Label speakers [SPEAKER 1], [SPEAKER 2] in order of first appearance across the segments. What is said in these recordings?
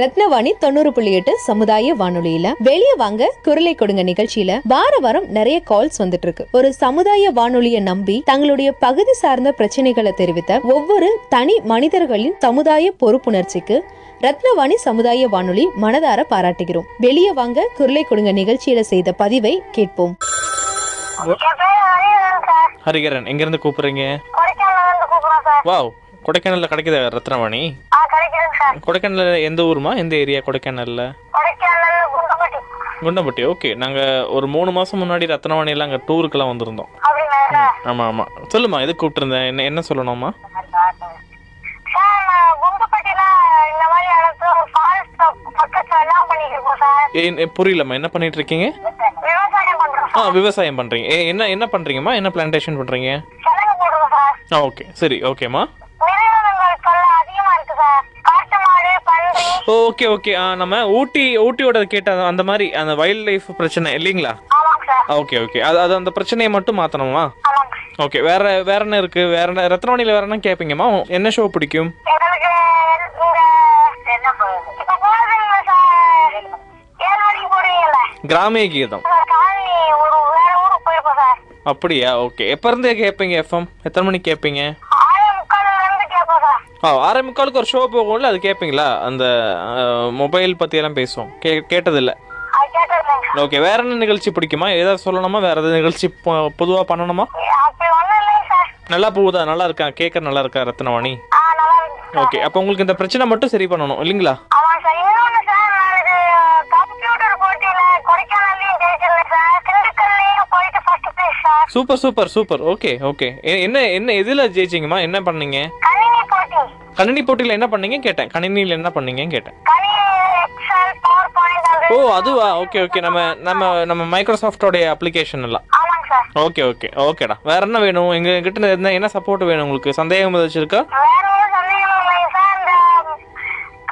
[SPEAKER 1] ரத்னவாணி தொண்ணூறு புள்ளி எட்டு சமுதாய வானொலியில வெளியே வாங்க குரலை கொடுங்க நிகழ்ச்சியில வார வாரம் நிறைய கால்ஸ் வந்துட்டு இருக்கு ஒரு சமுதாய வானொலியை நம்பி தங்களுடைய பகுதி சார்ந்த பிரச்சனைகளை தெரிவித்த ஒவ்வொரு தனி மனிதர்களின் சமுதாய பொறுப்புணர்ச்சிக்கு ரத்னவாணி சமுதாய வானொலி மனதார பாராட்டுகிறோம் வெளியே வாங்க குரலை கொடுங்க நிகழ்ச்சியில செய்த பதிவை கேட்போம்
[SPEAKER 2] என் பேர் ஹரிஹரன் சார்
[SPEAKER 3] ஹரிகரன் எங்கேருந்து கூப்பிட்றீங்க
[SPEAKER 2] கொடைக்கானல்ல இருந்து கூப்பிடுறோம் சார்
[SPEAKER 3] வாவ் கொடைக்கானலில் கிடைக்குதா ரத்னவாணி
[SPEAKER 2] ஆ கிடைக்கிறேன் சார்
[SPEAKER 3] கொடைக்கானலில் எந்த ஊருமா எந்த ஏரியா கொடைக்கானலில்
[SPEAKER 2] கொடைக்கானல்ல குண்டம்பட்டி
[SPEAKER 3] குண்டம்பட்டி ஓகே நாங்கள் ஒரு மூணு மாதம் முன்னாடி ரத்னவாணியில் அங்கே டூருக்கெல்லாம் வந்திருந்தோம்
[SPEAKER 2] அப்படிங்களா சார்
[SPEAKER 3] ஆமாம் ஆமாம் சொல்லுமா எது கூப்பிட்டுருந்தேன் என்ன என்ன சொல்லணுமா
[SPEAKER 2] சார் நான் குண்டம்பட்டியில இந்த மாதிரி இடத்துல ஒரு ஃபால்ஸ் பக்கத்துல எல்லாம் பண்ணிட்டு இருக்கோம் சார்
[SPEAKER 3] ஏன் ஏ, புரியலம்மா என்ன பண்ணிட்டு இருக்கீங்க
[SPEAKER 2] விவசாயம் பண்றோம்
[SPEAKER 3] ஆ
[SPEAKER 2] சார்
[SPEAKER 3] விவசாயம் பண்ணுறீங்க ஏ என்ன என்ன பண்ணுறீங்கம்மா என்ன பிளான்டேஷன் பண்ணுறீங்க
[SPEAKER 2] செலவு போடுறோம் சார்
[SPEAKER 3] ஆ ஓகே சரி ஓகேம்மா
[SPEAKER 2] மிருகங்கள் தொல்லை அதிகமா இருக்கு சார் காட்டு மாடு பன்றி
[SPEAKER 3] ஓகே ஓகே ஆ நம்ம ஊட்டி ஊட்டியோட கேட்ட அந்த- அந்த மாதிரி அந்த வைல்ட் லைஃப் பிரச்சனை இல்லைங்களா
[SPEAKER 2] ஆமாங்க சார்
[SPEAKER 3] ஓகே ஓகே அது அது அந்த பிரச்சனையை மட்டும் மாற்றணுமா
[SPEAKER 2] ஆமாங்க
[SPEAKER 3] ஓகே வேற வேற என்ன இருக்கு வேற என்ன ரத்னவாணியில் வேற என்ன கேட்பீங்கம்மா என்ன ஷோ பிடிக்கும்
[SPEAKER 2] எங்களுக்கு இந்த என்ன பண்ணுறது இப்போ போதுங்க சார் ஏழு மணிக்கு போடுவீங்கல்ல
[SPEAKER 3] கிராமிய கீதம்
[SPEAKER 2] சார் காலையில் ஒரு வேற ஊருக்கு போயிருப்போம் சார்
[SPEAKER 3] அப்படியா ஓகே எப்போ இருந்து கேட்பீங்க எஃப்எம் எத்தனை மணிக்கு கேட்பீங்க
[SPEAKER 2] ஆறு முக்கால்ல இருந்து கேட்போம் சார்
[SPEAKER 3] ஆ ஆறே முக்காலுக்கு ஒரு ஷோ போகும்ல அது கேட்பீங்களா அந்த மொபைல் பற்றியெல்லாம் பேசுவோம் கே கேட்டதில்ல
[SPEAKER 2] அது கேட்டதுலங்க
[SPEAKER 3] ஓகே வேற என்ன நிகழ்ச்சி பிடிக்குமா ஏதாவது சொல்லணுமா வேற ஏதாவது நிகழ்ச்சி பொதுவாக பண்ணணுமா
[SPEAKER 2] அப்படி ஒன்றும் இல்லைங்க சார்
[SPEAKER 3] நல்லா போகுதா நல்லா இருக்கா கேட்க நல்லா இருக்கா ரத்னவாணி
[SPEAKER 2] ஆ நல்லா இருக்கு
[SPEAKER 3] ஓகே அப்போ உங்களுக்கு இந்த பிரச்சனை மட்டும் சரி பண்ணணும் இல்லைங்களா
[SPEAKER 2] ஆமாம் சார் இன்னொன்று சார் நாளைக்கு கம்ப்யூட்டர் போட்டியில் கொடைக்கானல்லையும் ஜெயிச்சிருந்தேன் சார் திண்டுக்கல்லையும் போயிட்டு first prize sir
[SPEAKER 3] super super super okay okay என்ன என்ன எதில் ஜெயிச்சிங்கம்மா என்ன பண்ணீங்க
[SPEAKER 2] கணினி போட்டி
[SPEAKER 3] கணினி போட்டியில் என்ன பண்ணீங்க கேட்டேன் கணினியில் என்ன பண்ணீங்கன்னு கேட்டேன்
[SPEAKER 2] கணினி எக்ஸல் பவர் பாயிண்ட் அது
[SPEAKER 3] ஓ அதுவா ஓகே ஓகே நம்ம நம்ம நம்ம மைக்ரோசாஃப்டோடைய அப்ளிகேஷன் எல்லாம்
[SPEAKER 2] ஆமாங்க சார்
[SPEAKER 3] ஓகே ஓகே ஓகேடா வேற என்ன வேணும் எங்க கிட்ட என்ன என்ன சப்போர்ட் வேணும் உங்களுக்கு சந்தேகம் ஏதாச்சும் இருக்கா
[SPEAKER 2] வேற ஒரு சந்தேகம் இல்லைங்க சார் இந்த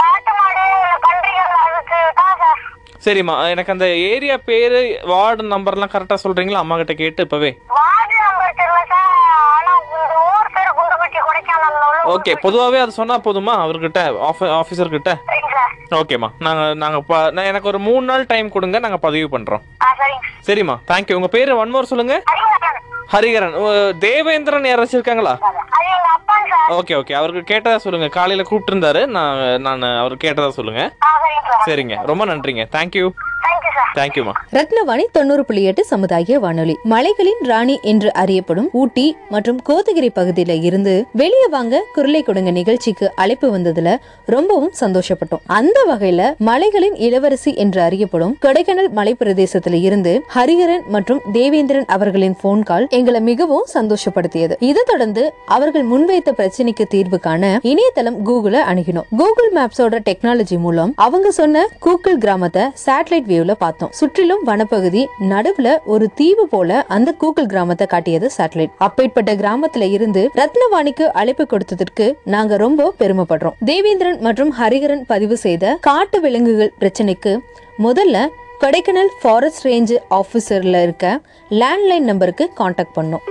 [SPEAKER 2] காட்டு மாடு இந்த பன்றிகள் அதுக்கு தான் சார்
[SPEAKER 3] சரிம்மா எனக்கு அந்த ஏரியா பேர் வார்டு நம்பர்லாம் கரெக்டாக சொல்கிறீங்களா அம்மா கிட்ட கேட்டு இப்போவே
[SPEAKER 2] வார்டு நம்பர் தெரியல சார் ஆனால் இந்த ஊர் பேர் குண்டுபட்டி கொடைக்கானல்ல உள்ள ஊர்
[SPEAKER 3] ஓகே பொதுவாகவே அது சொன்னால் போதுமா அவர்கிட்ட ஆஃப ஆஃபீஸர்கிட்ட
[SPEAKER 2] சரிங்க சார்
[SPEAKER 3] ஓகேம்மா நாங்கள் நாங்கள் ப நான் எனக்கு ஒரு மூணு நாள் டைம் கொடுங்க நாங்கள் பதிவு பண்ணுறோம்
[SPEAKER 2] ஆ சரிங்க சார்
[SPEAKER 3] சரிம்மா தேங்க்யூ உங்கள் பேர் ஒன் மோர் சொல்லுங்கள்
[SPEAKER 2] சரிங்க சார்
[SPEAKER 3] ஹரிகரன் ஓ, தேவேந்திரன் யாராச்சும் இருக்காங்களா
[SPEAKER 2] அது எங்க அப்பாங்க சார்
[SPEAKER 3] ஓகே ஓகே அவருக்கு கேட்டதா சொல்லுங்க காலையில கூப்பிட்டு இருந்தாரு நான் நான் அவர் கேட்டதா சொல்லுங்க
[SPEAKER 2] ஆ சரிங்க சார்
[SPEAKER 3] சரிங்க ரொம்ப நன்றிங்க தேங்க்யூ
[SPEAKER 2] தேங்க்யூ சார்
[SPEAKER 3] தேங்க்யூமா
[SPEAKER 1] ரத்னவாணி தொண்ணூறு புள்ளி எட்டு சமுதாய வானொலி மலைகளின் ராணி என்று அறியப்படும் ஊட்டி மற்றும் கோத்தகிரி பகுதியில இருந்து வெளியே வாங்க குரலை கொடுங்க நிகழ்ச்சிக்கு அழைப்பு வந்ததுல ரொம்பவும் சந்தோஷப்பட்டோம் அந்த வகையில மலைகளின் இளவரசி என்று அறியப்படும் கொடைக்கானல் மலை பிரதேசத்துல இருந்து ஹரிஹரன் மற்றும் தேவேந்திரன் அவர்களின் போன் கால் எங்களை மிகவும் சந்தோஷப்படுத்தியது இதை தொடர்ந்து அவர்கள் முன்வைத்த பிரச்சனைக்கு தீர்வு காண இணையதளம் கூகுளை அணுகினோம் கூகுள் மேப்ஸோட டெக்னாலஜி மூலம் அவங்க சொன்ன கூகுள் கிராமத்தை சேட்டலைட் வியூல பார்த்தோம் சுற்றிலும் வனப்பகுதி நடுவுல ஒரு தீவு போல அந்த கூகுள் கிராமத்தை காட்டியது சேட்டலைட் அப்பேற்பட்ட கிராமத்துல இருந்து ரத்னவாணிக்கு அழைப்பு கொடுத்ததற்கு நாங்க ரொம்ப பெருமைப்படுறோம் தேவேந்திரன் மற்றும் ஹரிகரன் பதிவு செய்த காட்டு விலங்குகள் பிரச்சனைக்கு முதல்ல கொடைக்கானல் ஃபாரஸ்ட் ரேஞ்சு ஆஃபீஸர்ல இருக்க லேண்ட்லைன் நம்பருக்கு காண்டாக்ட் பண்ணோம்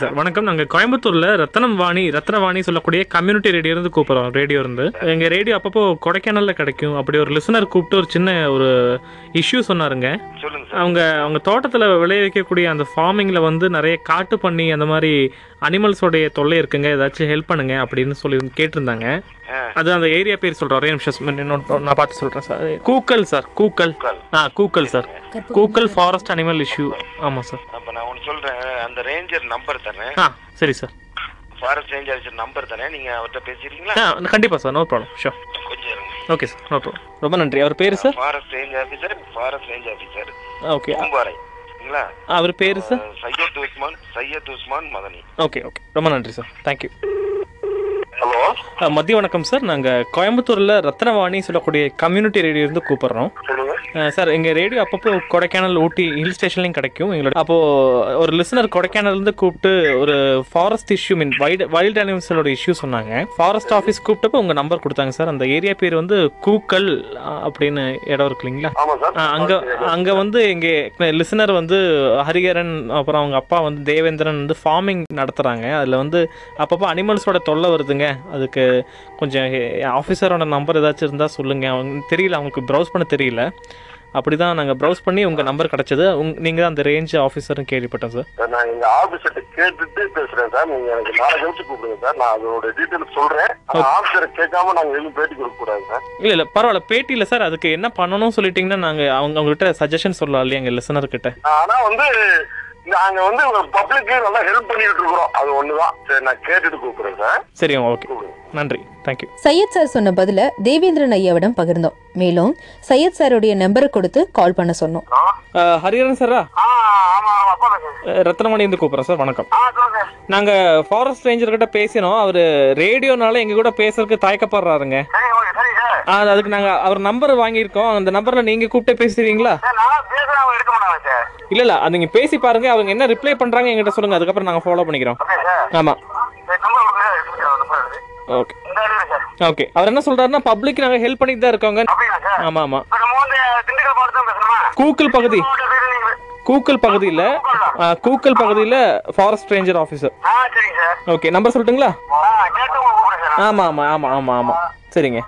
[SPEAKER 3] சார் வணக்கம் நாங்கள் கோயம்புத்தூரில் ரத்தனம் வாணி ரத்னவாணி சொல்லக்கூடிய கம்யூனிட்டி ரேடியோ இருந்து கூப்பிட்றோம் ரேடியோ இருந்து எங்கள் ரேடியோ அப்பப்போ கொடைக்கானலில் கிடைக்கும் அப்படி ஒரு லிசனர் கூப்பிட்டு ஒரு சின்ன ஒரு இஷ்யூ சொன்னாருங்க
[SPEAKER 4] சொல்லுங்க
[SPEAKER 3] அவங்க அவங்க தோட்டத்தில் விளைவிக்கக்கூடிய அந்த ஃபார்மிங்கில் வந்து நிறைய காட்டு பண்ணி அந்த மாதிரி அனிமல்ஸோடைய தொல்லை இருக்குங்க ஏதாச்சும் ஹெல்ப் பண்ணுங்க அப்படின்னு சொல்லி கேட்டிருந்தாங்க
[SPEAKER 4] ஆ.
[SPEAKER 3] அது அந்த ஏரியா பேர் சொல்கிறோம் ஒரே நிமிஷம் சும்மா நின்னு நான் பார்த்து சொல்கிறேன் sir coucal sir coucal
[SPEAKER 4] coucal.
[SPEAKER 3] ஆ coucal sir coucal forest animal issue ஆமாம் சார்
[SPEAKER 4] அப்ப நான் ஒன்று சொல்றேன் அந்த ரேஞ்சர் நம்பர் தரேன்
[SPEAKER 3] ஆ சரி sir
[SPEAKER 4] forest range officer number தரேன் நீங்க அவர்கிட்ட பேசுறீங்களா
[SPEAKER 3] ஆ கண்டிப்பாக சார் நோ ப்ராப்ளம் ஷோ
[SPEAKER 4] கொஞ்சம் இருங்க
[SPEAKER 3] ஓகே சார் நோ ப்ராப்ளம் ரொம்ப நன்றி அவர் பேர் sir
[SPEAKER 4] forest range officer forest range officer
[SPEAKER 3] okay
[SPEAKER 4] Poombarai சரிங்களா
[SPEAKER 3] அவர் பேர் சார்
[SPEAKER 4] அஹ், சையத் உஸ்மான் சையத் உஸ்மான் மதனி
[SPEAKER 3] ஓகே ஓகே ரொம்ப நன்றி சார் தேங்க்யூ
[SPEAKER 4] ஹலோ
[SPEAKER 3] மதிய வணக்கம் சார் நாங்கள் கோயம்புத்தூரில் ரத்னவாணி சொல்லக்கூடிய கம்யூனிட்டி ரேடியோ இருந்து கூப்பிட்றோம்
[SPEAKER 4] சொல்லுங்க
[SPEAKER 3] அஹ் சார் எங்கள் ரேடியோ அப்பப்போ கொடைக்கானல் ஊட்டி ஹில் ஸ்டேஷன்லையும் கிடைக்கும் எங்களோட அப்போது ஒரு லிசனர் கொடைக்கானல்லேருந்து கூப்பிட்டு ஒரு forest issue mean wild wild அனிமல்ஸோட இஷ்யூ சொன்னாங்க ஃபாரஸ்ட் ஆஃபீஸ் கூப்பிட்டப்போ உங்கள் நம்பர் கொடுத்தாங்க சார் அந்த ஏரியா பேர் வந்து கூக்கல் அஹ், அப்படின்னு இடம் இருக்கு இல்லைங்களா
[SPEAKER 4] ஆமா சார்
[SPEAKER 3] அஹ், அங்க அங்க வந்து எங்க லிசனர் வந்து ஹரிகரன் அப்புறம் அவங்க அப்பா வந்து தேவேந்திரன் வந்து ஃபார்மிங் நடத்துறாங்க அதுல வந்து அப்பப்போ அனிமல்ஸோட தொல்லை வருதுங்க அதுக்கு கொஞ்சம் ஆஃபீஸரோட நம்பர் ஏதாச்சும் இருந்தா சொல்லுங்க அவங்க தெரியல அவங்களுக்கு ப்ரௌஸ் பண்ண தெரியல அப்படிதான் நாங்க ப்ரௌஸ் பண்ணி உங்க நம்பர் கிடைச்சது உங் நீங்க தான் அந்த ரேஞ்ச் ஆஃபீஸர்னு கேள்விப்பட்டேன் சார்
[SPEAKER 4] சார், நான் எங்க ஆபீசர்ட்ட கேட்டுட்டு பேசுறேன் சார் நீங்க எனக்கு நாளை கழிச்சு கூப்பிடுங்க சார் நான் அதோட டீட்டெயில் சொல்றேன் ஆனா ஆபீசரை கேட்காம நாங்க எதுவும் பேட்டி கொடுக்க கூடாது சார்
[SPEAKER 3] இல்ல இல்ல பரவாயில்ல பேட்டியில சார் அதுக்கு என்ன பண்ணணும்னு சொல்லிட்டீங்கன்னா நாங்க அவங்க அவங்ககிட்ட சஜஷன் சொல்லலாம் இல்லையா எங்க லிசனர் கிட்ட
[SPEAKER 4] ஆனா வந்து நாங்க வந்து பப்ளிக்கு நல்லா ஹெல்ப் பண்ணிட்டு இருக்கிறோம் அது ஒண்ணுதான் சரி நான் கேட்டுட்டு கூப்பிடுறேன் சார்
[SPEAKER 3] சரி ஓகே நன்றி தேங்க்யூ
[SPEAKER 1] சையத் சார் சொன்ன பதில தேவேந்திரன் ஐயாவிடம் பகிர்ந்தோம் மேலும் சையத் சாருடைய நம்பரை கொடுத்து கால் பண்ண சொன்னோம்
[SPEAKER 3] ஹரிகரன் சாரா
[SPEAKER 2] ஆ ஆமா ஆமா அப்பா பேசுறேன்
[SPEAKER 3] ரத்னமணி இருந்து கூப்பிட்றேன் சார் வணக்கம்
[SPEAKER 2] ஆ சொல்லுங்க சார்
[SPEAKER 3] நாங்க ஃபாரஸ்ட் ரேஞ்சர் கிட்ட பேசினோம் அவர் ரேடியோனால எங்க கூட பேசுறதுக்கு தயக்கப்படுறாருங்க
[SPEAKER 2] சரி ஓகே சரி சார்
[SPEAKER 3] ஆ, அது- அதுக்கு நாங்க அவர் நம்பர் வாங்கியிருக்கோம் அந்த நம்பர்ல நீங்க கூப்பிட்டு பேசுறீங்களா
[SPEAKER 2] சார் நான் பேசுறேன் அவங்க எடுக்க மாட்டாங்க சார்
[SPEAKER 3] இல்ல இல்ல அது நீங்க பேசி பாருங்க அவங்க என்ன ரிப்ளை பண்றாங்க எங்கிட்ட சொல்லுங்க அதுக்கப்புறம் நாங்க ஃபாலோ பண்ணிக்கிறோம்
[SPEAKER 2] ஓகே சார்
[SPEAKER 3] ஆமா
[SPEAKER 2] சரி நம்பர் கொடுங்க சார் எடுத்து கொடுக்குறேன், நம்பர் எடுத்து.
[SPEAKER 3] ஓகே
[SPEAKER 2] இந்த அறிவு சார்
[SPEAKER 3] ஓகே அவர் என்ன சொல்றாருன்னா பப்ளிக் நாங்க ஹெல்ப் பண்ணிட்டு தான் இருக்கோங்க
[SPEAKER 2] அப்படிங்களா சார்
[SPEAKER 3] ஆமா ஆமா
[SPEAKER 2] இப்ப நம்ம வந்து திண்டுக்கல் மாவட்டம் பேசுறோமா
[SPEAKER 3] கூக்கல் பகுதி
[SPEAKER 2] மாவட்ட பேரு நீங்க
[SPEAKER 3] கூக்கல் பகுதியில ஆ, கூக்கல் பகுதியில ஃபாரஸ்ட் ரேஞ்சர் ஆஃபீஸர்
[SPEAKER 2] ஆ சரிங்க சார்
[SPEAKER 3] ஓகே நம்பர் சொல்லட்டுங்களா
[SPEAKER 2] ஆ கேட்டு உங்களை கூப்பிடுறேன் சார் நான்.
[SPEAKER 3] ஆமா ஆமா ஆமா ஆமா ஆமா சரிங்க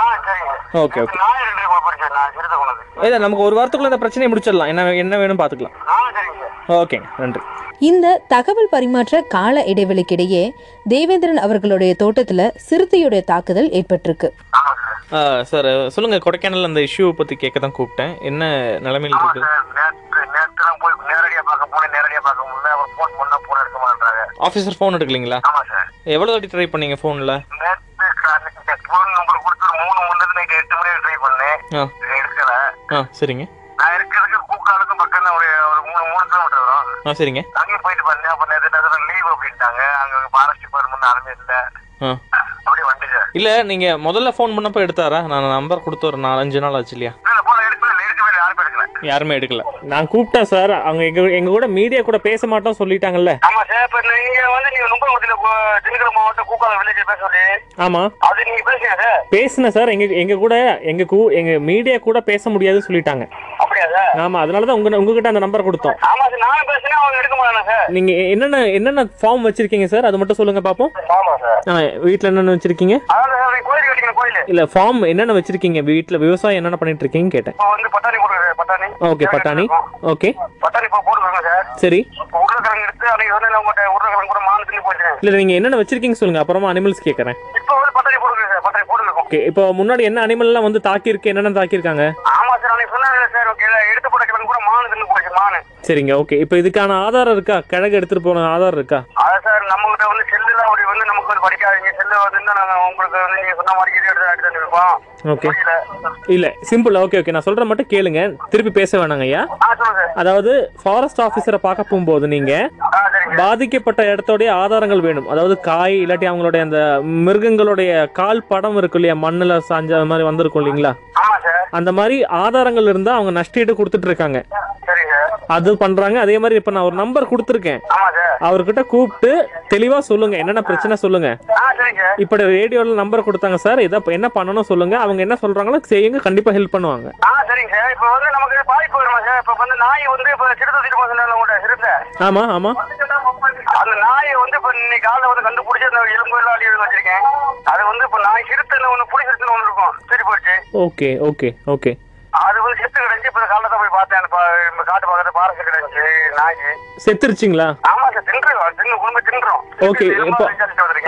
[SPEAKER 2] ஆ சரிங்க சார்
[SPEAKER 3] ஓகே ஓகே
[SPEAKER 2] நான் ரெண்டு பேரும் கூப்பிடுறேன் சார் நான் சிறுத்தை கொண்டு வந்து.
[SPEAKER 3] இல்ல நமக்கு ஒரு வாரத்துக்குள்ள இந்த பிரச்சனையை முடிச்சிடலாம் என்ன என்ன வேணும் பாத்துக்கலாம்
[SPEAKER 2] ஆ சரிங்க சார்
[SPEAKER 3] ஓகேங்க நன்றி
[SPEAKER 1] இந்த தகவல் பரிமாற்ற கால இடைவெளிக்கிடையே தேவேந்திரன் அவர்களுடைய தோட்டத்துல சிறுத்தையுடைய தாக்குதல் ஏற்பட்டிருக்கு
[SPEAKER 2] ஆமாம் சார்
[SPEAKER 3] ஆ, சார் சொல்லுங்க கொடைக்கானல் அந்த இஷ்யூ பத்தி கேட்க தான் கூப்பிட்டேன் என்ன நிலைமையில்
[SPEAKER 2] ஆமா
[SPEAKER 3] இருக்கு
[SPEAKER 2] சார் நேத்து நேத்துலாம் போய் நேரடியா பார்க்க போனேன் நேரடியா பார்க்க முடியல அப்புறம் ஃபோன் பண்ணா ஃபோன் எடுக்க மாட்டாங்க
[SPEAKER 3] ஆஃபீஸர் ஃபோன் எடுக்கலீங்களா
[SPEAKER 2] ஆமா சார்
[SPEAKER 3] எவ்வளோ வாட்டி ட்ரை பண்ணீங்க ஃபோனில்
[SPEAKER 2] நேற்று ஃபோன் நம்பர் கொடுத்து ஒரு மூணு மணி நைட் எட்டு மணி ட்ரை பண்ணேன்
[SPEAKER 3] ஆ
[SPEAKER 2] எடுக்கல
[SPEAKER 3] ஆ சரிங்க
[SPEAKER 2] நான் இருக்கிறதுக்கு கூக்காலுக்கும் பக்கம் ஒரு ஒரு மூணு மூணு கிலோமீட்டர் வரும்
[SPEAKER 3] ஆ சரிங்க
[SPEAKER 2] அங்கேயும் போயிட்டு பார்த்தேன் அப்ப நேற்று நேரத்தில் லீவ் அப்படின்ட்டாங்க அங்க ஃபாரஸ்ட் டிபார்ட்மெண்ட் யாருமே இல்ல
[SPEAKER 3] ஆ
[SPEAKER 2] அப்படியே வந்துச்சு
[SPEAKER 3] இல்லை நீங்கள் முதல்ல ஃபோன் பண்ணப்போ எடுத்தாரா நான் நம்பர் கொடுத்து ஒரு நாலஞ்சு நாள் ஆச்சு இல்லையா
[SPEAKER 2] இல்ல போன எடுக்கவே இல்லை எடுக்கவே இல்லை யாருமே எடுக்கல
[SPEAKER 3] யாருமே எடுக்கல நான் கூப்பிட்டேன் சார் அவங்க எங்கள் எங்கள் கூட மீடியா கூட பேச மாட்டோம் சொல்லிட்டாங்கல்ல
[SPEAKER 2] ஆமா சார் இப்ப நீங்க வந்து நீங்க நுங்கல்குத்தில திண்டுக்கல் மாவட்டம் கூக்கால வில்லேஜ் பேச சொல்லி
[SPEAKER 3] ஆமாம்
[SPEAKER 2] அது நீங்க பேசுங்க சார்
[SPEAKER 3] பேசினேன் சார் எங்கள் எங்கள் கூட எங்கள் கூ எங்கள் மீடியா கூட பேச முடியாதுன்னு சொல்லிட்டாங்க
[SPEAKER 2] அப்படியா சார்
[SPEAKER 3] ஆமாம் அதனால தான் உங்கள் உங்ககிட்ட அந்த நம்பர் கொடுத்தோம்
[SPEAKER 2] ஆமா சார் நானும் பேசுனா அவங்க எடுக்க மாட்டாங்க சார்
[SPEAKER 3] நீங்கள் என்னென்ன என்னென்ன ஃபார்ம் வச்சுருக்கீங்க சார் அது மட்டும் சொல்லுங்கள் பார்ப்போம்
[SPEAKER 2] ஆமா சார்
[SPEAKER 3] ஆ வீட்டில் என்னென்ன வச்சுருக்கீங்க
[SPEAKER 2] அதான் சார் கோயில் கட்டிக்கணும் கோயில்
[SPEAKER 3] இல்ல ஃபார்ம் என்னென்ன வச்சிருக்கீங்க வீட்ல விவசாயம் என்னென்ன பண்ணிட்டு இருக்கீங்க கேட்டேன்
[SPEAKER 2] இப்போ வந்து பட்டாணி போட்டுருக்கேன் பட்டாணி
[SPEAKER 3] ஓகே பட்டாணி ஓகே
[SPEAKER 2] பட்டாணி இப்போ போட்டுருக்கோங்க சார்
[SPEAKER 3] சரி
[SPEAKER 2] இப்போ உருளைக்கிழங்கு எடுத்து அன்னைக்கு சொன்னேன் உங்கள்கிட்ட உருளைக்கிழங்கு கூட மாலை தின்னு போயிட்டேன்
[SPEAKER 3] இல்ல நீங்க என்னென்ன வச்சிருக்கீங்க சொல்லுங்க அப்புறமா அனிமல்ஸ் கேக்குறேன்
[SPEAKER 2] இப்போ வந்து பட்டாணி போட்டுருக்கேன் சார் பட்டாணி போட்டுருக்கோம்
[SPEAKER 3] ஓகே இப்போ முன்னாடி என்ன அனிமல் எல்லாம் வந்து தாக்கியிருக்கு என்னென்ன தாக்கியிருக்காங்க
[SPEAKER 2] ஆமா சார் அன்னைக்கு சொன்னாங்க சார் ஓகே எடுத்து போட்ட கிழங்கு கூட மானு தின்னு போச்சு மானு
[SPEAKER 3] சரிங்க ஓகே இப்போ இதுக்கான ஆதாரம் இருக்கா கிழக்கு எடுத்துட்டு போன ஆதாரம் இருக்கா
[SPEAKER 2] அதான் சார் நம்மகிட்ட வந்து செல்லுலாம் அப்படி வந்து நமக்கு வந்து படிக்காதீங்க செல்லு வந்து நாங்கள் உங்களுக்கு வந்து நீங்க சொன்ன மாதிரி இது எடுத்து எடுத்து வந்துருக்கோம்
[SPEAKER 3] ஓகே
[SPEAKER 2] புரியல
[SPEAKER 3] இல்ல சிம்பிள் ஓகே ஓகே நான் சொல்ற மட்டும் கேளுங்க திருப்பி பேச வேணாங்க ஐயா
[SPEAKER 2] ஆ சொல்லுங்க சார்
[SPEAKER 3] அதாவது ஃபாரஸ்ட் ஆஃபீஸரை பார்க்க போகும்போது நீங்க
[SPEAKER 2] ஆ சரிங்க
[SPEAKER 3] பாதிக்கப்பட்ட இடத்தோடைய ஆதாரங்கள் வேணும் அதாவது காய் இல்லாட்டி அவங்களுடைய அந்த மிருகங்களுடைய கால் படம் இருக்கும் இல்லையா மண்ணில் சாஞ்ச அது மாதிரி வந்திருக்கும் இல்லைங்களா
[SPEAKER 2] ஆமா சார்
[SPEAKER 3] அந்த மாதிரி ஆதாரங்கள் இருந்தால் அவங்க நஷ்டீடு கொடுத்துட்டு இருக்காங்க
[SPEAKER 2] சரிங்க சார்
[SPEAKER 3] அது பண்ணுறாங்க அதே மாதிரி இப்போ நான் ஒரு நம்பர் கொடுத்துருக்கேன்
[SPEAKER 2] ஆமா சார்
[SPEAKER 3] அவர்கிட்ட கூப்பிட்டு தெளிவாக சொல்லுங்கள் என்னென்ன பிரச்சனை சொல்லுங்கள்
[SPEAKER 2] ஆ சரிங்க சார்
[SPEAKER 3] இப்படி ரேடியோவில் நம்பர் கொடுத்தாங்க சார் இதை இப்ப என்ன பண்ணணும் சொல்லுங்கள் அவங்க என்ன சொல்கிறாங்களோ செய்யுங்க கண்டிப்பாக ஹெல்ப் பண்ணுவாங்க
[SPEAKER 2] ஆ சரிங்க சார் இப்போ வந்து நமக்கு பாதிப்பு வருமா சார் இப்போ வந்து நாய் வந்து இப்போ சிறுத்தை தூக்கிட்டு போக சொன்னால உங்கள்கிட்ட சிறுத்தை
[SPEAKER 3] ஆமாம் ஆமாம்
[SPEAKER 2] அந்த நாயை வந்து இப்போ இன்னைக்கு காலைல வந்து கண்டுபிடிச்சி அந்த எலும்பு எல்லாம் அழிவு வச்சிருக்கேன் அது வந்து இப்போ நாய் சிறுத்தைன்னு ஒன்று புளி சிறுத்தைன்னு ஒன்று இருக்கும் சரி போச்சு
[SPEAKER 3] ஓகே ஓகே ஓகே
[SPEAKER 2] அது வந்து செத்து கிடந்துச்சு இப்போ காலைல தான் போய் பார்த்தேன் இப்போ இந்த காட்டு பக்கத்தில் பாரசு கிடந்துச்சு நாய்
[SPEAKER 3] செத்துருச்சிங்களா
[SPEAKER 2] ஆமா சார் தின்றுவோம் தின்னு குடும்ப தின்றோம்
[SPEAKER 3] Okay, இப்போ-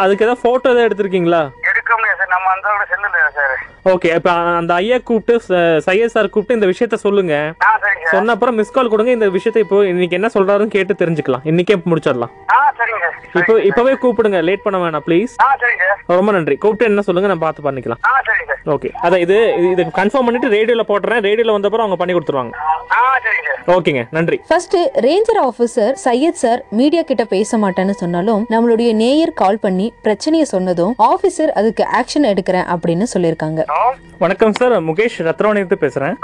[SPEAKER 3] அதுக்கு ஏதாவது ஃபோட்டோ எதாவது எடுத்திருக்கீங்களா
[SPEAKER 2] எடுக்க முடியாது சார் நம்ம அந்த அளவுக்கு செல்லு இல்லையா சார்
[SPEAKER 3] ஓகே இப்போ அந்த ஐயா கூப்பிட்டு ச- சையத் சார் கூப்பிட்டு இந்த விஷயத்த சொல்லுங்க
[SPEAKER 2] ஆ சரிங்க சார்
[SPEAKER 3] சொன்ன அப்புறம் மிஸ் கால் கொடுங்க இந்த விஷயத்தை இப்போ இன்னைக்கு என்ன சொல்றாருன்னு கேட்டு தெரிஞ்சுக்கலாம் இன்னைக்கே முடிச்சிடலாம்
[SPEAKER 2] ஆ சரிங்க சார்
[SPEAKER 3] இப்போ இப்பவே கூப்பிடுங்க லேட் பண்ண வேணாம் ப்ளீஸ்
[SPEAKER 2] ஆ சரிங்க சார்
[SPEAKER 3] ரொம்ப நன்றி கூப்பிட்டு என்ன சொல்லுங்க நான் பார்த்து பண்ணிக்கலாம்
[SPEAKER 2] ஆ சரிங்க சார்
[SPEAKER 3] ஓகே அதான் இது இது கன்ஃபார்ம் பண்ணிட்டு ரேடியோல போட்டுறேன் ரேடியோல வந்தப்பறம் அவங்க பண்ணி கொடுத்துருவாங்க
[SPEAKER 2] ஆ சரிங்க சார்
[SPEAKER 3] ஓகேங்க நன்றி
[SPEAKER 1] first ranger officer Syed sir media கிட்ட பேச மாட்டேன்னு சொன்னாலும் நம்மளுடைய நேயர் கால் பண்ணி பிரச்சனையை சொன்னதும் ஆஃபீஸர் அதுக்கு ஆக்ஷன் எடுக்கிறேன் அப்படின்னு சொல்லியிருக்காங்க
[SPEAKER 3] வணக்கம் சார் முகேஷ் ரத்ரவணியத்து பேசுறேன்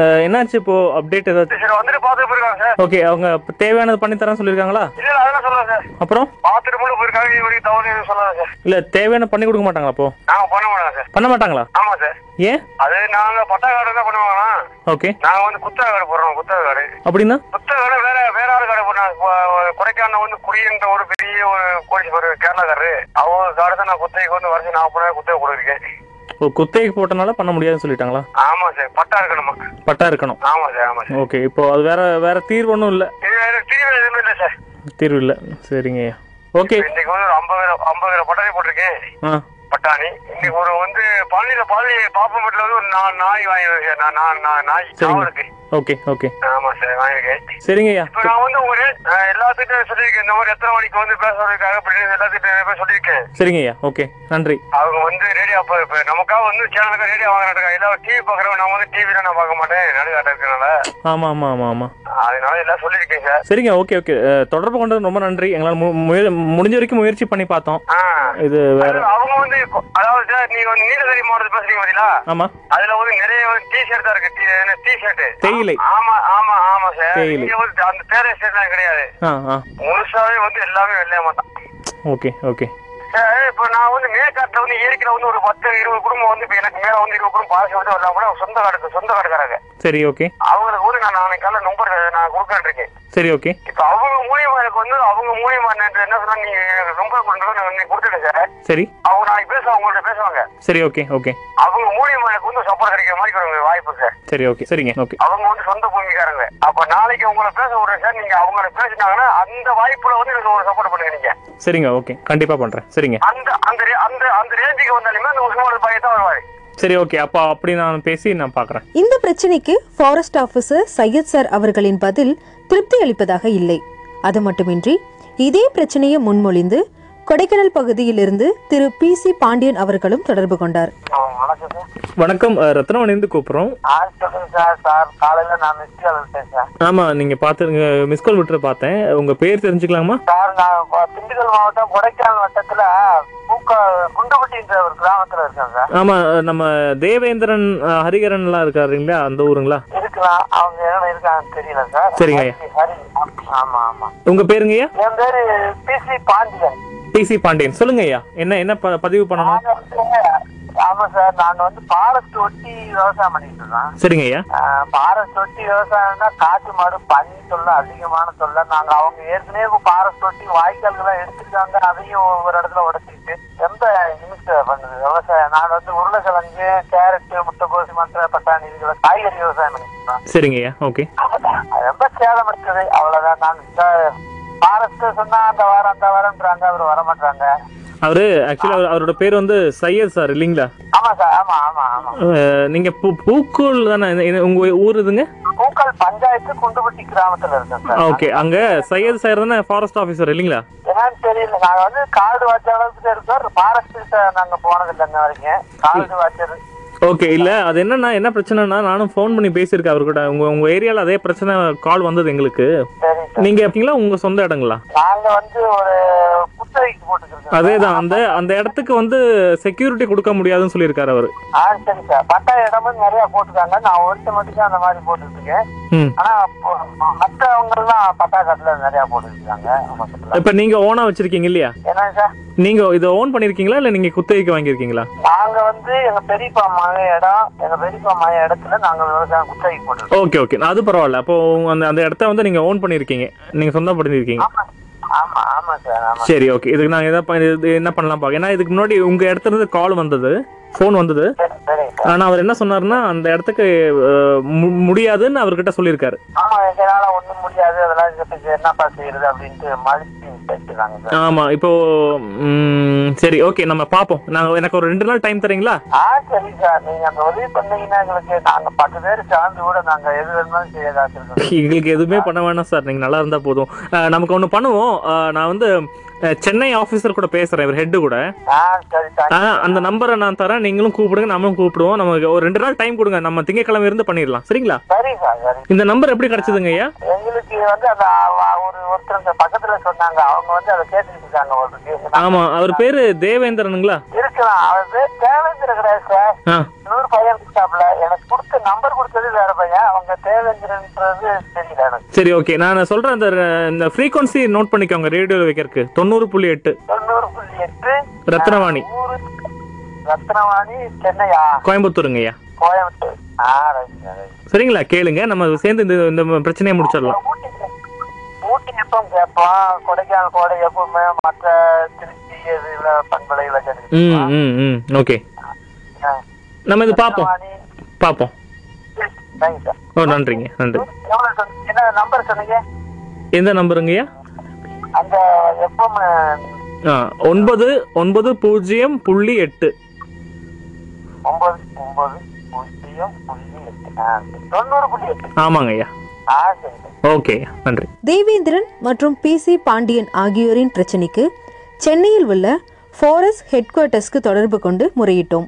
[SPEAKER 3] அஹ், என்னாச்சு இப்போ அப்டேட் ஏதாச்சும்
[SPEAKER 2] சார் வந்துட்டு பார்த்துட்டு போயிருக்காங்க சார்
[SPEAKER 3] ஓகே அவங்க தேவையானது பண்ணி தரேன் சொல்லியிருக்காங்களா
[SPEAKER 2] இல்ல இல்ல, அதெல்லாம் சொல்றேன் சார்
[SPEAKER 3] அப்புறம்
[SPEAKER 2] பார்த்துட்டு மட்டும் போயிருக்காங்க இது வரைக்கும் தவறு எதுவும் சொல்லாத சார்
[SPEAKER 3] இல்ல தேவையான பண்ணி கொடுக்க மாட்டாங்களா அப்போ
[SPEAKER 2] நாங்க பண்ண மாட்டோம் சார்
[SPEAKER 3] பண்ண மாட்டாங்களா
[SPEAKER 2] ஆமா சார்
[SPEAKER 3] ஏன்
[SPEAKER 2] அது நாங்க பட்டா கார்டு தான் பண்ணுவாங்களா
[SPEAKER 3] ஓகே
[SPEAKER 2] நாங்க வந்து குத்தகை கார்டு போடுறோம் குத்தகை கார்டு
[SPEAKER 3] அப்படின்னா
[SPEAKER 2] குத்தகை கார்டு வேற வேற ஆளு கார்டு போடுறாங்க கொடைக்கானல் வந்து குடியன்ற ஒரு பெரிய ஒரு கோடீஸ்வரர் கேரளாக்காரரு அவங்க கார்டு தான் நான் குத்தகைக்கு வந்து வருஷம் நான் போன குத்தகை கொடுக்குறேன்
[SPEAKER 3] ஒரு குத்தகைக்கு போட்டனால பண்ண முடியாதுன்னு சொல்லிட்டாங்களா
[SPEAKER 2] ஆமா சார் பட்டா இருக்கணுமா
[SPEAKER 3] பட்டா இருக்கணும்
[SPEAKER 2] ஆமா சார் ஆமா சார்
[SPEAKER 3] ஓகே இப்போ அது வேற வேற தீர்வு ஒன்றும் இல்லை
[SPEAKER 2] இது வேற டிவி எதுவுமே இல்லை சார்
[SPEAKER 3] தீர்வு இல்லை சரிங்க ஓகே
[SPEAKER 2] இன்னைக்கு வந்து ஒரு ஐம்பது கிலோ ஐம்பது கிலோ பட்டாணி போட்டிருக்கேன்
[SPEAKER 3] ஆ
[SPEAKER 2] பட்டாணி இன்னைக்கு ஒரு வந்து பழனியில பழனி பாப்பம்பட்டில வந்து ஒரு நா- நாய் வாங்கியிருக்கேன் நான் நான் நான் நாய் சாவலுக்கு
[SPEAKER 3] ஓகே ஓகே
[SPEAKER 2] ஆமா சார் வாங்கியிருக்கேன்
[SPEAKER 3] சரிங்க ஐயா
[SPEAKER 2] இப்ப நான் வந்து ஒரு அஹ், எல்லாத்துக்கிட்டும் சொல்லியிருக்கேன் இந்த மாதிரி எத்தனை மணிக்கு வந்து பேசுறதுக்காக அப்படின்னு எல்லாத்துக்கிட்டும் நிறைய பேர் சொல்லியிருக்கேன்
[SPEAKER 3] சரிங்க ஐயா ஓகே நன்றி
[SPEAKER 2] அவங்க வந்து ரேடியோ அப்ப இப்ப நமக்காக வந்து சேனலுக்கு ரேடியோ வாங்குறாங்க எல்லாரும் டிவி பாக்குறவங்க நான் வந்து டிவி நான் பார்க்க மாட்டேன் நடுக்காட்ட இருக்கனால
[SPEAKER 3] ஆமாம் ஆமாம் ஆமாம் ஆமாம்
[SPEAKER 2] அதனால எல்லாம் சொல்லியிருக்கேன் சார்
[SPEAKER 3] சரிங்க ஓகே ஓகே அஹ், தொடர்பு கொண்டது ரொம்ப நன்றி எங்களால் மு- முய- முடிஞ்ச வரைக்கும் முயற்சி பண்ணி பார்த்தோம்
[SPEAKER 2] ஆ.
[SPEAKER 3] இது வேற
[SPEAKER 2] அது அவங்க வந்து கொ- அதாவது சார், நீங்க வந்து நீலகிரி மாவட்டத்தில் பேசுறீங்க பாத்தீங்களா
[SPEAKER 3] ஆமாம்
[SPEAKER 2] அதுல வந்து நிறைய டி ஷர்ட் தான் இருக்கு டி ஷர்ட்
[SPEAKER 3] தேயிலை.
[SPEAKER 2] ஆமா ஆமா ஆமா சார்
[SPEAKER 3] தேயிலை.
[SPEAKER 2] இங்க வந்து அந்த பேர ஸ்டேட் கிடையாது
[SPEAKER 3] ஆ ஆ
[SPEAKER 2] முழுசாவே வந்து எல்லாமே வெள்ளைய மாட்டான்
[SPEAKER 3] ஓகே ஓகே
[SPEAKER 2] சார் இப்போ நான் வந்து மேற்காட்டுல வந்து இயற்கையில வந்து ஒரு பத்து இருபது குடும்பம் வந்து இப்ப எனக்கு மேல வந்து இருபது குடும்பம் பாசி வந்து எல்லாம் கூட சொந்த காடுக்கு சொந்த காடுக்காரங்க
[SPEAKER 3] சரி ஓகே
[SPEAKER 2] அவங்களுக்கு வந்து நான் நாளைக்கு காலையில நம்பர் நான் கொடுக்கலான்னு இருக்கேன்
[SPEAKER 3] சரி ஓகே
[SPEAKER 2] இப்ப அவங்க மூலியமா எனக்கு வந்து அவங்க மூலியமா என்ன என்ன சொன்னா நீங்க ரொம்ப கொண்டு கொடுத்துட்டு சார்
[SPEAKER 3] சரி
[SPEAKER 2] அவங்க நாளைக்கு பேச அவங்கள்ட்ட பேசுவாங்க
[SPEAKER 3] சரி ஓகே ஓகே
[SPEAKER 2] அவங்க மூலியமா எனக்கு வந்து சப்போர்ட் கிடைக்கிற மாதிரி ஒரு வாய்ப்பு சார்
[SPEAKER 3] சரி ஓகே சரிங்க ஓகே
[SPEAKER 2] அவங்க வந்து சொந்த பூமிக்காரங்க அப்ப நாளைக்கு உங்களை பேச விடுறேன் சார் நீங்க அவங்கள பேசினாங்கன்னா அந்த வாய்ப்புல வந்து எனக்கு ஒரு சப்போர்ட் பண்ணுங்க நீங்க
[SPEAKER 3] சரிங்க ஓகே கண்டிப்பாக பண்ணுறேன் சரிங்க
[SPEAKER 2] அந்த அந்த ரே- அந்த அந்த ரேஞ்சுக்கு வந்தாலுமே அந்த உஸ்மான் பையன் தான் வருவாரு
[SPEAKER 3] சரி ஓகே அப்போ அப்படி நான் பேசி நான் பார்க்குறேன்
[SPEAKER 1] இந்த பிரச்சனைக்கு ஃபாரஸ்ட் ஆஃபீஸர் சையத் சார் அவர்களின் பதில் திருப்தி அளிப்பதாக இல்லை அது மட்டுமின்றி இதே பிரச்சனையை முன்மொழிந்து கொடைக்கானல் பகுதியிலிருந்து திரு பி சி பாண்டியன் அவர்களும் தொடர்பு கொண்டார்
[SPEAKER 2] வணக்கம் சார்
[SPEAKER 3] வணக்கம் அஹ், ரத்னவாணிந்து கூப்பிட்றோம்
[SPEAKER 2] ஆள் சொல்லுங்க சார் சார் காலையில நான் மிஸ் கால் விட்டேன் சார்
[SPEAKER 3] ஆமாம் நீங்கள் பார்த்து மிஸ் கால் விட்டுற பார்த்தேன் உங்கள் பேர் தெரிஞ்சுக்கலாமா
[SPEAKER 2] சார் நான் கொ- திண்டுக்கல் மாவட்டம் கொடைக்கானல் வட்டத்துல பூக்கா குண்டபட்டின்ற ஒரு கிராமத்துல இருக்கேன் சார்
[SPEAKER 3] ஆமாம் நம்ம தேவேந்திரன் அஹ், ஹரிகரன்லாம் இருக்காருங்களா அந்த ஊருங்களா
[SPEAKER 2] இருக்கலாம் அவங்க என்ன இருக்காங்கன்னு தெரியல சார்
[SPEAKER 3] சரிங்க ஐயா.
[SPEAKER 2] சரி ஆமா ஆமா
[SPEAKER 3] உங்கள் பேருங்கய்யா
[SPEAKER 2] என் பேரு பிசி பாண்டியன்
[SPEAKER 3] டிசி பாண்டியன் சொல்லுங்க ஐயா என்ன என்ன ப- பதிவு பண்ணணும்
[SPEAKER 2] நான் வந்து, ஆமா சார் நான் வந்து பாரஸ்ட் ஒட்டி விவசாயம் பண்ணிட்டு இருக்கேன்
[SPEAKER 3] சரிங்க ஐயா
[SPEAKER 2] பாரஸ்ட் ஒட்டி விவசாயம்னா காட்டு மாடு பனி சொல்ல அதிகமான சொல்ல நாங்க அவங்க ஏற்கனவே பாரஸ்ட் ஒட்டி வாய்க்கால்கள்லாம் எடுத்துருக்காங்க அதையும் ஒவ்வொரு இடத்துல உடைச்சிட்டு ரொம்ப இனிஷியல் பண்ணுது விவசாயம் நான் வந்து உருளைக்கிழங்கு கேரட்டு முட்டைக்கோசு மற்ற பட்டாணி இதுகளை காய்கறி விவசாயம் பண்ணிட்டு இருக்கேன்
[SPEAKER 3] சரிங்க ஐயா ஓகே
[SPEAKER 2] அது ரொம்ப சேதம் இருக்குது அவ்வளவுதான் நாங்க பாரஸ்ட் சொன்னா அந்த வாரம் அந்த வாரம்ன்றாங்க அவர் வர மாட்டாங்க
[SPEAKER 3] அவர் ஆக்சுவலாக Uh, அவர் அவரோட பேர் வந்து சையத் சார் இல்லைங்களா
[SPEAKER 2] ஆமா சார் ஆமா ஆமா ஆமா
[SPEAKER 3] அஹ், நீங்க பூ பூக்கோள் தானே உங்கள் ஊர் இதுங்க
[SPEAKER 2] பூக்கால் பஞ்சாயத்து குண்டுபட்டி கிராமத்துல இருக்கேன் சார்
[SPEAKER 3] ஓகே அங்கே சையத் சார் தானே ஃபாரஸ்ட் ஆஃபீஸர் இல்லைங்களா
[SPEAKER 2] என்னன்னு தெரியல நாங்க வந்து காடு வாச்ச அளவுக்கு இருக்கோம் ஃபாரஸ்ட் கிட்ட நாங்க போனது இல்லை இன்ன வரைக்கும் காடு வாச்சது
[SPEAKER 3] ஓகே இல்ல அது என்னன்னா என்ன பிரச்சனைனா நானும் ஃபோன் பண்ணி பேசியிருக்கேன் அவர் கூட உங்க உங்க ஏரியால அதே பிரச்சனை கால் வந்தது எங்களுக்கு
[SPEAKER 2] சரி சார்
[SPEAKER 3] நீங்க எப்படிங்களா உங்க சொந்த இடங்களா
[SPEAKER 2] நாங்க வந்து ஒரு குத்தகைக்கு போட்டுக்கிட்டு
[SPEAKER 3] அதே தான் அந்த அந்த இடத்துக்கு வந்து செக்யூரிட்டி கொடுக்க முடியாதுன்னு சொல்லியிருக்காரு அவர்
[SPEAKER 2] ஆ சரி சார் பட்டா இடமும் நிறைய போட்டுருக்காங்க நான் ஒருத்த மட்டும் தான் அந்த மாதிரி போட்டுட்டு இருக்கேன்
[SPEAKER 3] ம்
[SPEAKER 2] ஆனா அப்போ- மத்தவங்க எல்லாம் பட்டா காட்டுல நிறைய போட்டுருக்காங்க ஆமாம்
[SPEAKER 3] இப்போ நீங்க ஓனா வச்சிருக்கீங்க இல்லையா
[SPEAKER 2] என்ன சார்
[SPEAKER 3] நீங்க இதை ஓன் பண்ணிருக்கீங்களா இல்ல நீங்க குத்தகைக்கு வாங்கியிருக்கீங்களா
[SPEAKER 2] நாங்க வந்து எங்க பெரியப்பா மக இடம் எங்க பெரியப்பா மக இடத்துல நாங்க விவசாயம் குத்தகைக்கு போட்டுருக்கோம்
[SPEAKER 3] ஓகே ஓகே அது பரவாயில்ல அப்போ உங்க அந்த அந்த இடத்த வந்து நீங்க ஓன் பண்ணிருக்கீங்க நீங்க சொந்தம் பண்ணிருக்கீங்க
[SPEAKER 2] ஆமா ஆமா ஆமா சார் ஆமா
[SPEAKER 3] சரி ஓகே இதுக்கு நாங்க எதா ப- இது என்ன பண்ணலாம் பாக்க ஏன்னா இதுக்கு முன்னாடி உங்க இடத்துல இருந்து கால் வந்தது ஃபோன் வந்தது
[SPEAKER 2] சரி சரிங்க சார்
[SPEAKER 3] ஆனா அவர் என்ன சொன்னாருன்னா அந்த இடத்துக்கு அஹ், மு- முடியாதுன்னு அவர்கிட்ட சொல்லியிருக்காரு
[SPEAKER 2] ஆமா எங்களால ஒண்ணும் முடியாது அதெல்லாம் இதுக்கு என்னப்பா செய்யறது அப்படின்ட்டு மறுத்து பேசுறாங்க சார்
[SPEAKER 3] ஆமா இப்போ ம், சரி ஓகே நம்ம பாப்போம் நாங்க எனக்கு ஒரு ரெண்டு நாள் டைம் தரீங்களா
[SPEAKER 2] ஆ சரி சார் நீங்க அந்த உதவி பண்ணீங்கன்னா எங்களுக்கு நாங்க பத்து பேர் சார்ந்து கூட நாங்க எது வேணுமாலும் செய்ய காத்திருக்கோம்
[SPEAKER 3] எங்களுக்கு எதுவுமே பண்ண வேணாம் சார் நீங்க நல்லா இருந்தா போதும் அஹ், நமக்கு ஒண்ணு பண்ணுவோம் அஹ், நான் வந்து அஹ், சென்னை ஆஃபீஸர் கூட பேசுகிறேன் இவர் ஹெட்டு கூட
[SPEAKER 2] ஆ சரி
[SPEAKER 3] ஆ,
[SPEAKER 2] தேங்க்ஸ்
[SPEAKER 3] அந்த நம்பரை நான் தரேன் நீங்களும் கூப்பிடுங்க நம்மளும் கூப்பிடுவோம் நமக்கு ஒரு ரெண்டு நாள் டைம் கொடுங்க நம்ம திங்கட்கிழமை இருந்து பண்ணிடலாம் சரிங்களா
[SPEAKER 2] சரி சார் சரி
[SPEAKER 3] இந்த நம்பர் எப்படி கிடைச்சதுங்க ஐயா
[SPEAKER 2] எங்களுக்கு வந்து அந்த அவ- ஒரு ஒருத்தருங்க பக்கத்துல சொன்னாங்க அவங்க வந்து அதை கேட்டுட்டு இருக்காங்க அவருக்கு
[SPEAKER 3] ஆமா அவர் பேரு தேவேந்திரனுங்களா
[SPEAKER 2] இருக்கலாம் அவர் பேர் தேவேந்திர கிடையாது சார்
[SPEAKER 3] ஆ
[SPEAKER 2] இன்னொரு பையன் இருக்காப்ல எனக்கு கொடுத்த நம்பர் கொடுத்தது வேற பையன் அவங்க தேவேந்திரன்றது தெரியல எனக்கு
[SPEAKER 3] சரி ஓகே நான் சொல்றேன் அந்த ர- இந்த ஃப்ரீக்வன்சி நோட் பண்ணிக்கோங்க ரேடியோவில் வைக்கிறதுக்கு தொண்ணூறு புள்ளி எட்டு
[SPEAKER 2] தொண்ணூறு புள்ளி எட்டு
[SPEAKER 3] ரத்னவாணி
[SPEAKER 2] ஊரு ரத்னவாணி சென்னையா
[SPEAKER 3] கோயம்புத்தூருங்க ஐயா
[SPEAKER 2] கோயம்புத்தூர் ஆ ரைட் sir, ரைட்.
[SPEAKER 3] சரிங்களா கேளுங்க நம்ம சேர்ந்து இந்த இந்த பிரச்சனையை முடிச்சிடலாம்
[SPEAKER 2] ஊட்டி ஊட்டி எப்போ கேட்போம் கொடைக்கானல் கோடை எப்பவுமே மற்ற திருச்சி இதுல பண்பலையில
[SPEAKER 3] ம் ம் ம் ஓகே
[SPEAKER 2] கேட்டு
[SPEAKER 3] நம்ம இது பார்ப்போம் பார்ப்போம்
[SPEAKER 2] தேங்க்யூ சார்
[SPEAKER 3] ஓ நன்றிங்க நன்றி
[SPEAKER 2] எவ்வளவு சொன்னீங்க? என்ன நம்பர் சொன்னீங்க
[SPEAKER 3] எந்த நம்பருங்கய்யா
[SPEAKER 2] அந்த எப்பம்
[SPEAKER 3] ஆ ஒன்பது ஒன்பது பூஜ்ஜியம் புள்ளி எட்டு
[SPEAKER 2] ஒன்பது ஒன்பது பூஜ்ஜியம் புள்ளி எட்டு ஆ, தொண்ணூறு புள்ளி எட்டு
[SPEAKER 3] ஆமாங்கய்யா
[SPEAKER 2] ஆ சரி சார்
[SPEAKER 3] ஓகே நன்றி
[SPEAKER 1] தேவேந்திரன் மற்றும் பி சி பாண்டியன் ஆகியோரின் பிரச்சனைக்கு சென்னையில் உள்ள ஃபாரஸ்ட் ஹெட் குவார்ட்டர்ஸ்க்கு தொடர்பு கொண்டு முறையிட்டோம்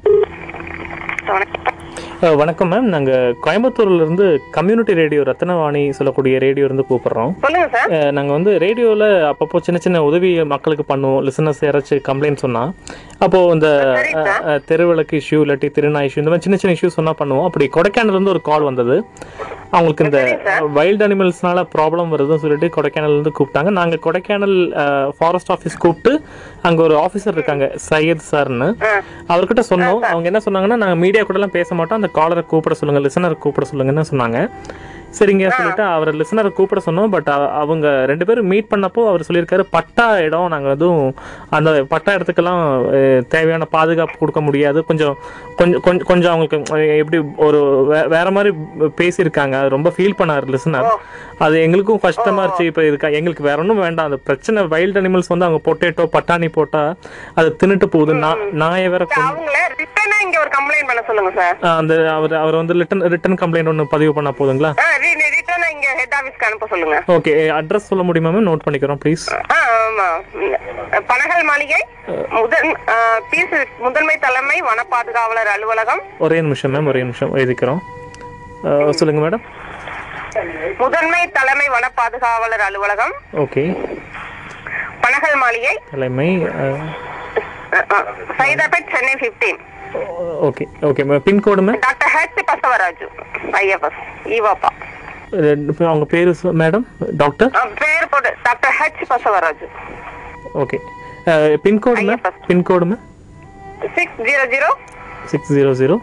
[SPEAKER 3] அஹ், வணக்கம் மேம் நாங்கள் கோயம்புத்தூர்லேருந்து கம்யூனிட்டி ரேடியோ ரத்னவாணி சொல்லக்கூடிய ரேடியோ இருந்து கூப்பிடுறோம்
[SPEAKER 5] சொல்லுங்க சார்
[SPEAKER 3] அஹ், நாங்க வந்து ரேடியோவில் அப்பப்போ சின்ன சின்ன உதவி மக்களுக்கு பண்ணுவோம் லிசனர்ஸ் யாராச்சும் கம்ப்ளைண்ட் சொன்னா அப்போ இந்த
[SPEAKER 5] சரி சார்
[SPEAKER 3] அஹ், தெருவிளக்கு இஷ்யூ இல்லாட்டி திருநா இஷ்யூ இந்த மாதிரி சின்ன சின்ன இஷ்யூ சொன்னா பண்ணுவோம் அப்படி கொடைக்கானல்ல இருந்து ஒரு கால் வந்தது அவங்களுக்கு இந்த
[SPEAKER 5] சரி சார்.
[SPEAKER 3] வைல்டு அனிமல்ஸ்னால ப்ராப்ளம் வருதுன்னு சொல்லிட்டு கொடைக்கானல்ல இருந்து கூப்பிட்டாங்க நாங்க கொடைக்கானல் ஃபாரஸ்ட் ஆஃபீஸ் கூப்பிட்டு அங்க ஒரு ஆஃபீஸர் இருக்காங்க சையத் சார்னு அவர்கிட்ட சொன்னோம் அவங்க என்ன சொன்னாங்கன்னா நாங்க மீடியா கூட எல்லாம் பேச மாட்டோம் அந்த காலரை கூப்பிட சொல்லுங்க லிசனர் கூப்பிட சொல்லுங்கன்னு சொன்னாங்க சரிங்க சொல்லிட்டு அவர் லிசனரை கூப்பிட சொன்னோம் பட் அவங்க ரெண்டு பேரும் மீட் பண்ணப்போ அவர் சொல்லியிருக்காரு பட்டா இடம் நாங்கள் எதுவும் அந்த பட்டா இடத்துக்கெல்லாம் அஹ், தேவையான பாதுகாப்பு கொடுக்க முடியாது கொஞ்சம் கொஞ்சம் கொஞ்சம் கொஞ்சம் அவங்களுக்கு அஹ், எப்படி ஒரு வே- வேற மாதிரி பேசியிருக்காங்க அது ரொம்ப ஃபீல் பண்ணார் லிசனர் அது எங்களுக்கும் கஷ்டமா இருந்துச்சு இப்போ இருக்கா எங்களுக்கு வேற ஒன்றும் வேண்டாம் அந்த பிரச்சனை வைல்ட் அனிமல்ஸ் வந்து அவங்க பொட்டேட்டோ பட்டாணி போட்டால் அது தின்னுட்டு போகுது நான் நாயை வேற கொண்டு
[SPEAKER 5] அவங்கள ரிட்டனா இங்க ஒரு கம்ப்ளைண்ட் பண்ண சொல்லுங்க சார்
[SPEAKER 3] அந்த அவர் அவர் வந்து ரிட்டன் ரிட்டன் கம்ப்ளைண்ட் ஒன்று பதிவு பண்ணா போதுங்களா
[SPEAKER 5] ரிட்டனா இங்க ஹெட் ஆபீஸ்க்கு அனுப்ப சொல்லுங்க
[SPEAKER 3] ஓகே அட்ரஸ் சொல்ல முடியுமா மேம் நோட் பண்ணிக்கிறோம் ப்ளீஸ்
[SPEAKER 5] ஆ, ஆமா அஹ் பனகல் மாளிகை முதன் அஹ், பீஸ் முதன்மை தலைமை வன பாதுகாவலர் அலுவலகம்
[SPEAKER 3] ஒரே நிமிஷம் மேம் ஒரே நிமிஷம் எழுதிக்கிறோம் அஹ், சொல்லுங்க மேடம்
[SPEAKER 5] முதன்மை தலைமை வன பாதுகாவலர் அலுவலகம்
[SPEAKER 3] ஓகே
[SPEAKER 5] பனகல் மாளிகை
[SPEAKER 3] தலைமை அஹ்,
[SPEAKER 5] அஹ், அஹ், Saidapet Chennai fifteen
[SPEAKER 3] okay okay ma'am pincode ma'am
[SPEAKER 5] doctor H Basavaraju IFS ஈவாப்பா
[SPEAKER 3] ரெண்டு- அவங்க பேர் மேடம் டாக்டர்
[SPEAKER 5] அஹ், பேர் போட்டு doctor H Basavaraju
[SPEAKER 3] okay pincode ma'am pincode ma'am
[SPEAKER 5] six zero zero
[SPEAKER 3] six zero zero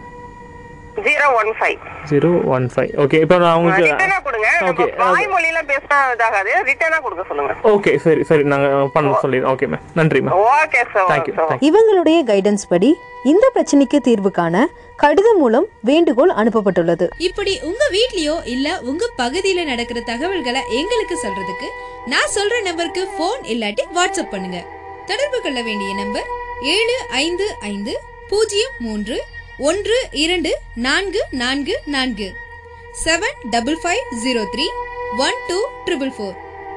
[SPEAKER 5] zero one five
[SPEAKER 3] zero one five okay இப்போ நான் உங்களுக்கு
[SPEAKER 5] ரிட்டனா கொடுங்க
[SPEAKER 3] Okay,
[SPEAKER 5] நம்ம வாய்மொழியில பேசினா இதாகாது ரிட்டனா கொடுக்க சொல்லுங்க
[SPEAKER 3] ஓகே சரி சரி நாங்கள் பண்ண சொல்லிடுறோம் ஓகே மேம் நன்றி ma'am
[SPEAKER 5] okay sir
[SPEAKER 3] thank you thank you
[SPEAKER 1] இவங்களுடைய கைடன்ஸ் படி இந்த பிரச்சனைக்கு தீர்வு காண கடிதம் மூலம் வேண்டுகோள் அனுப்பப்பட்டுள்ளது
[SPEAKER 6] இப்படி உங்க வீட்லயோ இல்ல உங்க பகுதியில நடக்கிற தகவல்களை எங்களுக்கு சொல்றதுக்கு நான் சொல்ற நம்பருக்கு ஃபோன் இல்லாட்டி வாட்ஸ்அப் பண்ணுங்க தொடர்பு கொள்ள வேண்டிய நம்பர் ஏழு ஐந்து ஐந்து பூஜ்ஜியம் மூன்று ஒன்று இரண்டு நான்கு நான்கு நான்கு seven double five zero three one two triple four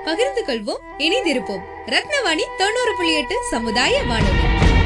[SPEAKER 6] பகிர்ந்து கொள்வோம் இணைந்திருப்போம் ரத்னவாணி தொண்ணூறு புள்ளி எட்டு சமுதாய வானொலி